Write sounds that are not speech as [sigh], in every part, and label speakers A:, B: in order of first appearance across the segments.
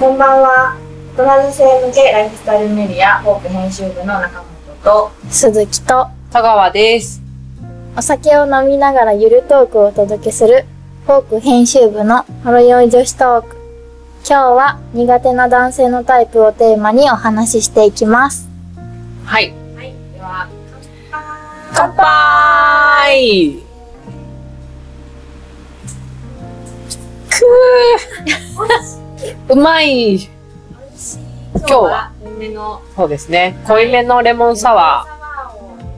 A: こんばんは。大人性向けライフスタイルメディアフォーク編集部の中本と、
B: 鈴木と
C: 田川です。
B: お酒を飲みながらゆるトークをお届けするフォーク編集部のほろ酔い女子トーク。今日は苦手な男性のタイプをテーマにお話ししていきます。
C: はい。
A: はい、では、乾
C: 乾杯くーうまい
A: 杯美味しい
C: 今日は、
A: 濃いめの
C: そうですね。濃いめのレモンサワ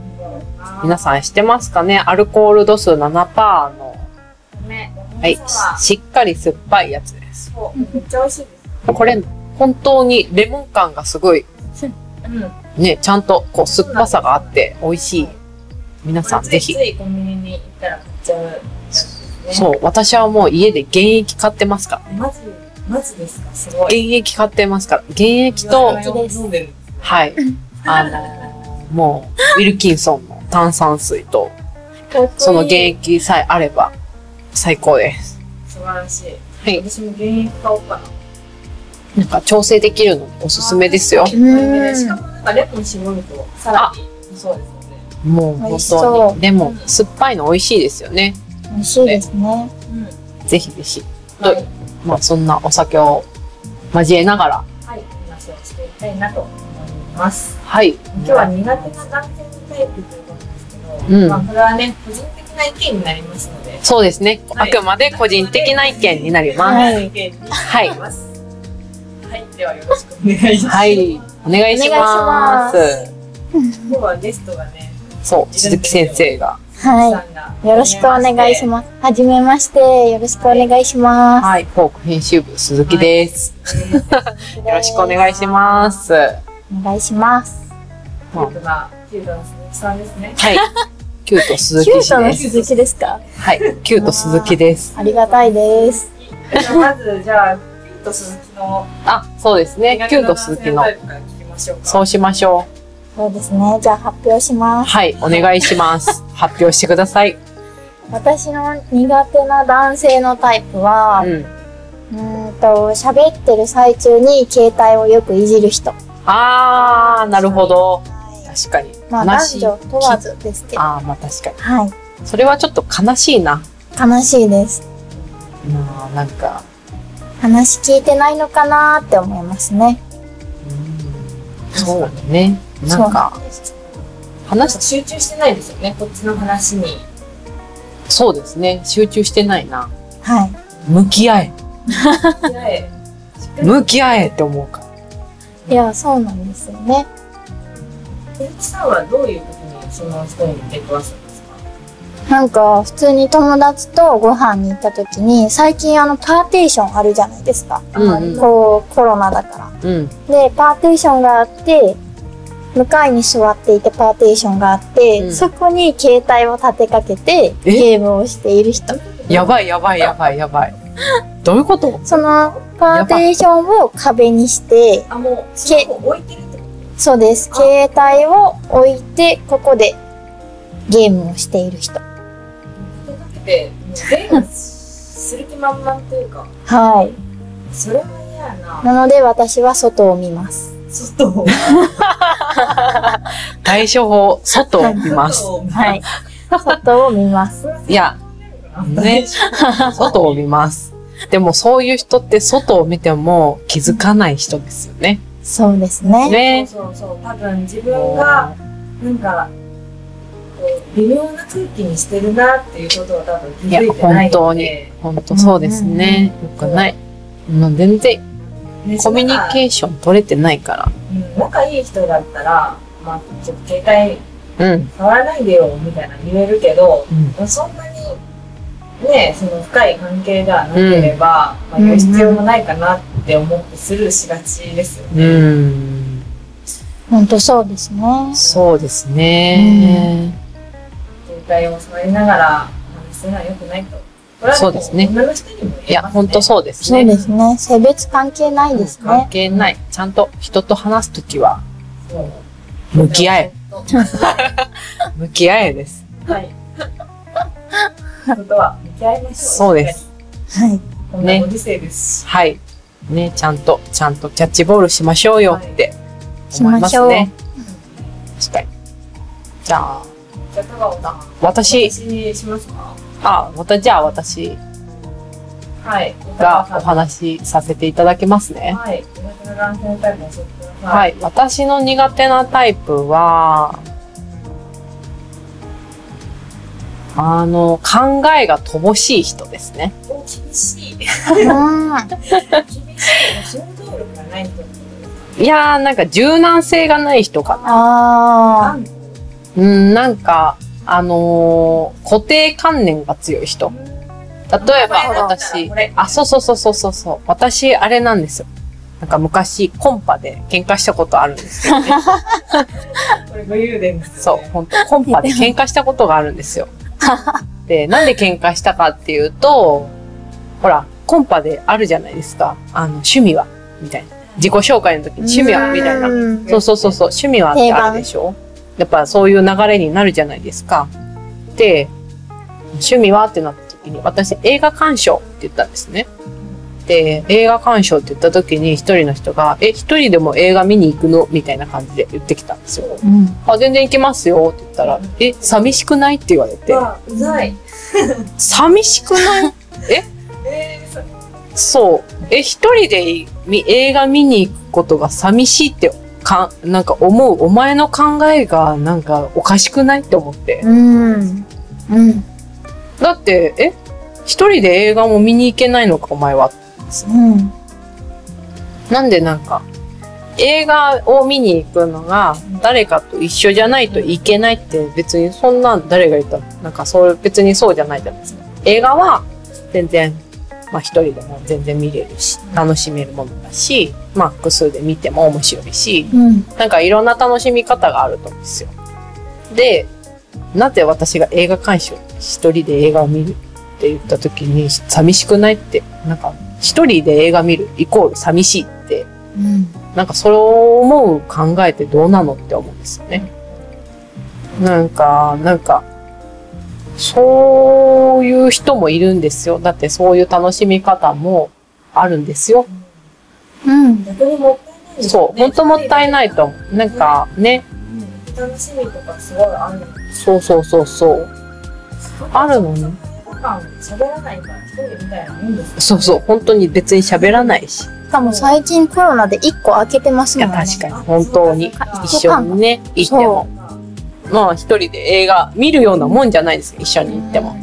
C: ー。皆
A: さ
C: さん知ってますかねアルコール度数7%の、
A: ん、ね、
C: は
A: レ
C: い
A: モンサワ、ー
C: しっかり酸っぱいやつです。
A: そうめっちゃ美味しいです。
C: これ、本当にレモン感がすごい、
A: うん。
C: ね、ちゃんとこう酸っぱさがあって美味しい。皆さん
A: つい
C: ぜひ
A: つ。いコンビニに行ったら買っちゃうやつですね。
C: そう、私はもう家で現役買ってますから。
A: マジ、マジですかすごい。
C: 現役買ってますから。現役と、
A: 飲んでる。
C: はい。あの、もう、ウィルキンソンの炭酸水と、その現役さえあれば、最高です。
A: 素晴らしい。
C: はい。
A: 私も現役買おうかな。
C: なんか調整できるのでおすすめですよ
A: あ。ーしかもなんかレモン絞ると、さらに、そうですよね。
C: もう
B: 美
C: 本
B: 味しそう
C: 当に。でも、酸っぱいの美味しいですよね。
B: 美味しいですね。
A: うん。
C: ぜひぜひ。
A: は
C: はいい。まあ、そんなお酒を交えながら、
A: はい。話をしていきたいなと思います。
C: はい。
A: 今日は苦手な男性のタイプということですけど、
C: うん
A: まあこれはね、個人的な意見になりますので、
C: そうですね。
A: は
C: あ
A: い
C: くまで個人的な意見になりま
B: は
C: す。
A: 個人
B: い
A: 的な意見に
C: は
A: ないり。ます。はい。ではよろしくお願いします。
C: はい。お願いしま
B: お
C: す。
A: 今日はゲストがね、
C: そう、鈴木先生が。
B: は
A: さんが
B: い。よろしくお願いします。はじめまして。よろしくお願いします。
C: はい、フォーク編集部鈴木です。
B: よ
C: よろしくお願いします。は
B: す。お願いします。
A: キュートな、キュートな鈴木さんですね。
C: い、キュート鈴
B: キュ
C: 木
B: ー
C: 氏
B: トの
C: です。
B: 鈴木ですか
C: はい、キュート鈴木です。
B: ありがたいです。
A: じゃあまず、じゃあ、キュート鈴木の、
C: あ、そうですね、キュート鈴木の
A: タ。イプから聞きましょうか。
C: そうしましょ
B: そうですね。じゃあ発表し
C: う。
B: ます。
C: はい、お願いし [laughs] ます。発表してください。
B: 私の苦手な男性のタイプは
C: う、ん。
B: うーんと、喋ってる最中に携帯をよくいじる人。
C: あー、なるほど。確かに。
B: まあ
C: 悲し
B: 男
C: い。
B: 女問わずですけど。
C: あー、まあ確かに。
B: はい。
C: それはちょっと悲しいな。
B: 悲しいです。
C: まあ、なんか、
B: 話聞いてないのかなーって思いますね。
C: うん、そうね。なんか、
A: なん
C: 話
A: か集中してないですよね、こっちの話に。
C: そうですね。集中してないな。
B: はい。
C: 向き合え。
A: でしっかり
C: 向き合えって思うから。
B: いや、そうなんですよね。
A: 鈴木さんはどういう時にその人に出くわすんですか
B: なんか、普通に友達とご飯に行った時に、最近あの、パーテーションあるじゃないですか。
C: うんうん
B: こう、コロナだから。
C: うん。
B: で、パーテーションがあって、向かいに座っていてパーテーションがあって、
C: うん
B: そこに携帯を立てかけて
C: え
B: ゲームをしている人。
C: やばいやばいやばいやばい。どういうこと
B: そのパーテーションを壁にして、
A: あ、もう、スマホ置いてるってこ
B: そうです。
A: あ
B: 携帯を置いて、ここでゲームをしている人。
A: とかけて、もう全員する気満々というか、
B: はい。
A: それは嫌やな。
B: なので私は外を見ます。
A: 外を、
C: 対処法、外を見ます。
A: 外を、
B: はい。外を見ます。
C: いや、ね。外を見ます。でもそういう人って外を見ても気づかない人ですよね。
B: そうですね。
C: ね。
A: そうそうそう、多分自分が、なんか、こう微妙な空気にしてるなっていうことは多分気づいてない
C: いや本当
A: の
C: に
A: で、
C: ほんとそうですね。よくない。まあ全然
A: ね
C: コミュニケーション取れてないか
A: うん仲いい人だったら、まあ、ちょっと携帯
C: ら。うん。
A: 触らないでよみたいな言えるけど、そんなにねその深い関係ではなければ、まあ、言う必要もないかなって思ってスルーしがちですよ
C: う
A: ね。
C: ん。
B: ほんとそうですね。
C: そうですね。
A: 携帯を触りながら話すのは良くないと。これは
C: そうですね
A: 女の人にも言えます、ね、
C: いや、ほんとそうです
B: そう
C: ね。
B: ですね。性別関係ないです
C: 関
B: ね。
C: 係ない。ちゃんと人と話すときは、
A: そう。
C: 向き合え。
A: は
C: 向き合えです。
A: い。ことは向き合いましょう。
C: そうです。
B: はい。
A: こんなご時世ですし。
C: はい。ね、ちゃんと、ちゃんとキャッチボールしましょうよって思いま
B: しま
C: す
B: しょう
C: ね。確かに。じゃあ、
A: じゃあ、香川さん。
C: 私、
A: 私にしますか
C: あ、またじゃあ私
A: はい。
C: がお話しさせていただきますね。
A: はい。苦手な男性のタイプを教えてください。
C: は。い、私の苦手なタイプは、あの、考えが乏しい人ですね。
A: お、厳しい。厳しい。
B: うん。
A: 行動力がない人ってことです
C: いやー、なんか柔軟性がない人かな。
A: かな
B: あ
A: ん
C: うん、なんか、あのー固定観念が強い人。例えば
A: これだったら
C: 私
A: これ、
C: あ、そうそうそうそうそうそう。私、あれなんですよ。なんか昔、コンパで喧嘩したことあるんですよね。
A: これ武勇伝です、ね。
C: そう、本当コンパで喧嘩したことがあるんですよ。で、なんで喧嘩したかっていうと、ほら、コンパであるじゃないですか。あの、趣味は、みたいな。自己紹介の時
B: ー。
C: に趣味は、みたいな。
B: うん
C: そうそうそうそう、趣味はってあるでしょやっぱそういう流れになるじゃないですか。で、趣味はってなった時に、私映画鑑賞って言ったんですね。で、映画鑑賞って言った時に一人の人が、え、一人でも映画見に行くのみたいな感じで言ってきたんですよ。
B: うん。
C: あ、全然行きますよって言ったら、え、寂しくないって言われて
A: う、わうざい。
C: 寂しくない
A: えー、そう
C: そう。え、一人でいみ映画見に行くことが寂しいって、か、なんか思う、お前の考えがなんかおかしくないって思って。
B: うん。うん。
C: だって、え、一人で映画も見に行けないのか、お前は。
B: うん。
C: なんでなんか、映画を見に行くのが誰かと一緒じゃないといけないって別にそんなん誰が言ったのなんかそう別にそうじゃないじゃないですか。映画は全然、まあ一人でも全然見れるし、楽しめるものだし、まあ複数で見ても面白いし、
B: うん。
C: なんかいろんな楽しみ方があると思うんですよ。で、なぜ私が映画鑑賞、一人で映画を見るって言った時に、寂しくないって、なんか、一人で映画見るイコール寂しいって、
B: うん。
C: なんかそれを思う考えってどうなのって思うんですよね。なんか、なんか、そういう人もいるんですよ。だってそういう楽しみ方もあるんですよ。
B: うん。
A: 逆にもったいないですよね。
C: そう、ほんともったいないと思う。なんかね、
A: うん楽しみとかすごいあるのに。
C: そうそうそうそう。あるのね。
A: 普段喋らないから一人みたいなもんですよ。
C: そうそう、本当に別に喋らないし。
B: しかも最近コロナで一個開けてます
C: い
B: も
C: や、
B: んね。
C: 確かに、本当に
A: あ。
C: 一緒にね、行っても。まあ、一人で映画見るようなもんじゃないですか、一緒に行っても。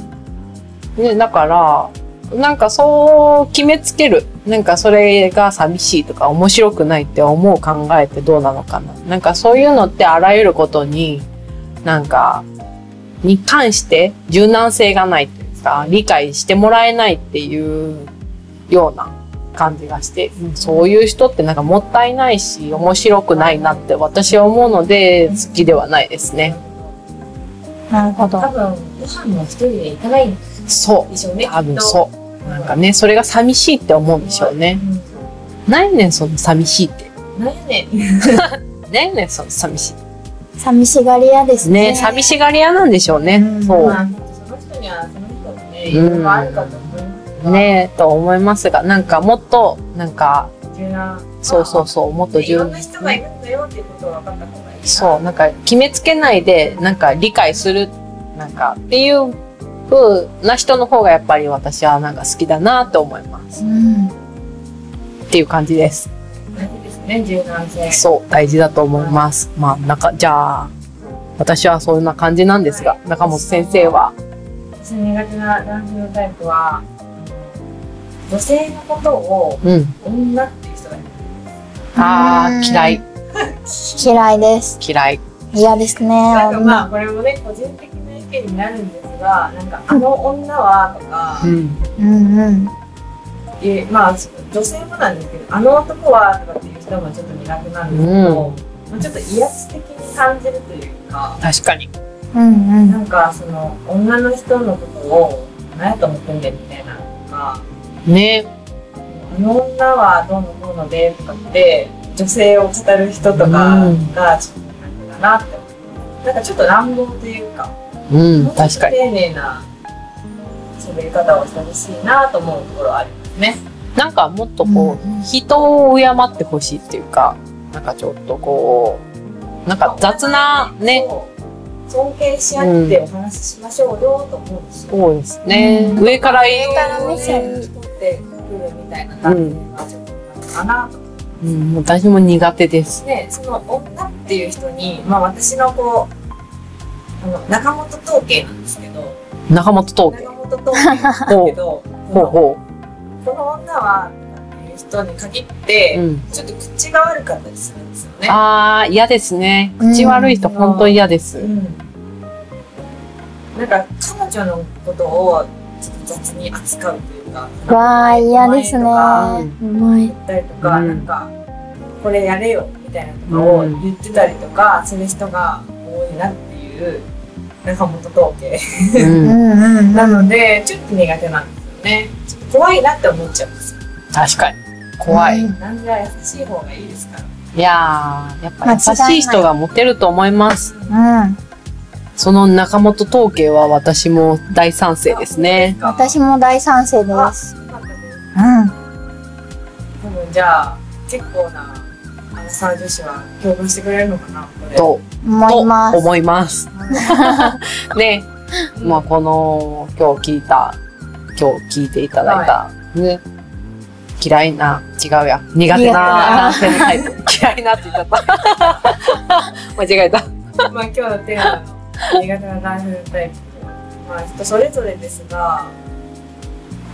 C: ね、だから、なんかそう決めつける。なんかそれが寂しいとか面白くないって思う考えってどうなのかな。なんかそういうのってあらゆることに、なんか、に関して柔軟性がないっていうんですか、理解してもらえないっていうような感じがして、うんそういう人ってなんかもったいないし、面白くないなって私は思うので、好きではないですね。
B: なるほど
A: 多。分、ご飯も一人で行かないんで
C: そう。
A: しょうね。
C: 多分そう。なんかね、それが寂しいって思うんでしょうね。
A: う
C: 何やねん、その寂しいって。
A: ん。なんやねん。
C: 何やねん、その寂しいっ
B: 寂しがり屋です
C: て。ね、
B: ね。
C: 寂しがり屋なんでしょうね。
B: うん
C: そ
A: まあ、その人にはその人のね、いろいろあるかと思います
C: う。
A: が、
C: ねと思いますが、なんかもっと、なんか、
A: 柔軟。
C: そうそうそう、もっと
A: いろ
C: 柔
A: んな人がいるんだよっていうことは分かった方がいい。
C: そう、なんか決めつけないで、なんか理解する、なんかっていう風な人の方がやっぱり私はなんか好きだなと思います。
B: うん。
C: っていう感じです。
A: 大事ですね、柔軟性。
C: そう、大事だと思います。まあ、なんか、じゃあ、私はそんな感じなんですが、中本先生は、
A: 私の苦手な男性のタイプは、女性のことを
C: うん。
A: 女っていう人がいる。
C: あ
B: うん
C: あ、嫌い、
B: 嫌いです。
C: 嫌い。
B: 嫌ですね。
A: なんかまあ、
B: 女
A: これもね、個人的な意見になるんですが、なんか、あの女はとか、
C: ん。
B: うんうん。
A: えまあ女性もなんですけどあの男はとかっていう人もちょっと苦手なんですけど、
C: うん
A: まあ、ちょっと威圧的に感じるというか
C: 確かに。
B: うんうん
A: な。んかその女の人のことを何やと思ってんだよみたいなとか
C: ね。
A: あの女はどうのこうのでとかって女性を語る人とかがちょっと苦手だなって思うなんかちょっと乱暴というか
C: うん
A: もう、ちょっ
C: 確
A: と
C: かに。
A: 丁寧な喋り方をしてほしいなと思うところはありますね。
C: なんかもっとこう、人を敬ってほしいっていうか、なんかちょっとこう、なんか雑なね、
A: そう尊敬し合ってお話ししましょうよと思うんですよ。
C: そうですね。
B: うん
C: 上から
A: 上
C: 言う
A: から目線取ってくるみたいな感じがちょっとあるかなと思っ
C: うん、私も苦手です。
A: て、その女っていう人に、まあ私のこう、あの中本統計なんですけど、
C: 中本
A: 中
C: 東
A: 本統計なんですけど、
C: 京。ほうほ
A: この女は、っていう人に限って、
C: う。うん。
A: ちょっと口が悪かったりするんですよね。
C: ああ、嫌ですね。口悪い人、本当に嫌です
A: う。ん。なんか、彼女のことをちょっと雑に扱うというか、
B: わあ、嫌です
A: う
B: ね。う
A: ま
B: まい。
A: 言ったりとか、
C: うん
A: なんか、これやれよみたいなことを言ってたりとか、する人が多いなっていう、中本統計。
C: う、
B: うんんうん。
A: なので、ちょっと苦手なんですよね。ちょっと怖いなって思っちゃうんですよ。
C: 確かに。怖い。
B: うん
A: なんじゃ優しい方がいいですから。
C: いやー、やっぱ
B: 間違
C: 優
B: いない
C: しい人がモテると思います。
B: うん。
C: その中本統計は私も大賛成ですね。
B: 私も大賛成で
A: あ
B: す。
A: なんかね
B: うん。
A: 多分じゃあ結構なアナサー女子は共感してくれるのかなこれ [laughs]
C: と、と
B: 思います。
C: 思います。ね、
A: うん
C: まあこの今日聞いた今日聞いていただいた、ね嫌いな違うや苦手
B: 苦手
C: な
B: な
C: 男性のタイプ [laughs] 嫌いなって言っちゃった [laughs] 間違えた
A: まあ今日のテーマの苦手なライフタイプまあ人それぞれですが、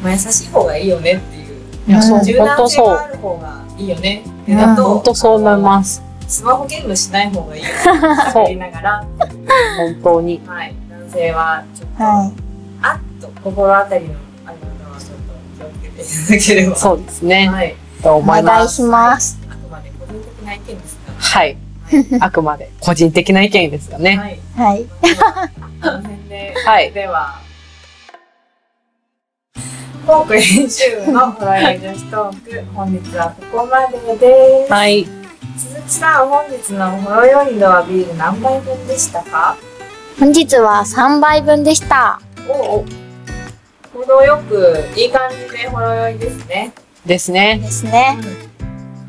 A: まあ、優しい方がいいよねっていう
C: いやそう
B: うん
A: 柔
C: 本
A: 軟
C: 当
A: 性
C: そ
A: があ
C: う
A: る方がいいよねって
B: うん
A: だ
C: 本
A: と
C: 当そう思います
A: スマホゲームしない方がいいよね
C: [laughs] そう
A: って言いながら、
C: 本当に
A: はい、男性はちょっと、
B: は
A: あっと心当たりのある方はちょっと気をつけていただければ
C: そうですね、
A: はい
C: と
B: い。お
C: 思い
B: 願
C: ま
B: い
C: す
B: します。
A: あくまで個人的な意見ですか
C: はい
A: ら。はい
C: あくまで個人的な意見ですよね
A: はい。
B: はい。
A: この辺で、
C: [laughs] はい
A: では、フォーク編集部のホロライ女子トーク、本日はここまでです。
C: はい
A: 鈴木さん、本日のホロヨイドはビール何杯分でしたか
B: 本日は3杯分でした。
A: おお。程よく、いい感じでほろ酔いですね。
C: ですね
B: ですね。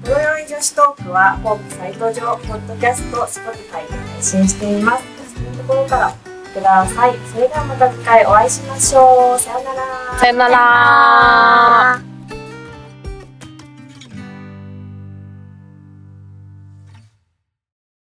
A: ほろ酔い女子トークは、フォークサイト上、ポッドキャスト、Spotify で配信しています。そのところからください。それではまた次回お会いしましょう。さようなら。
C: さよなら
B: あー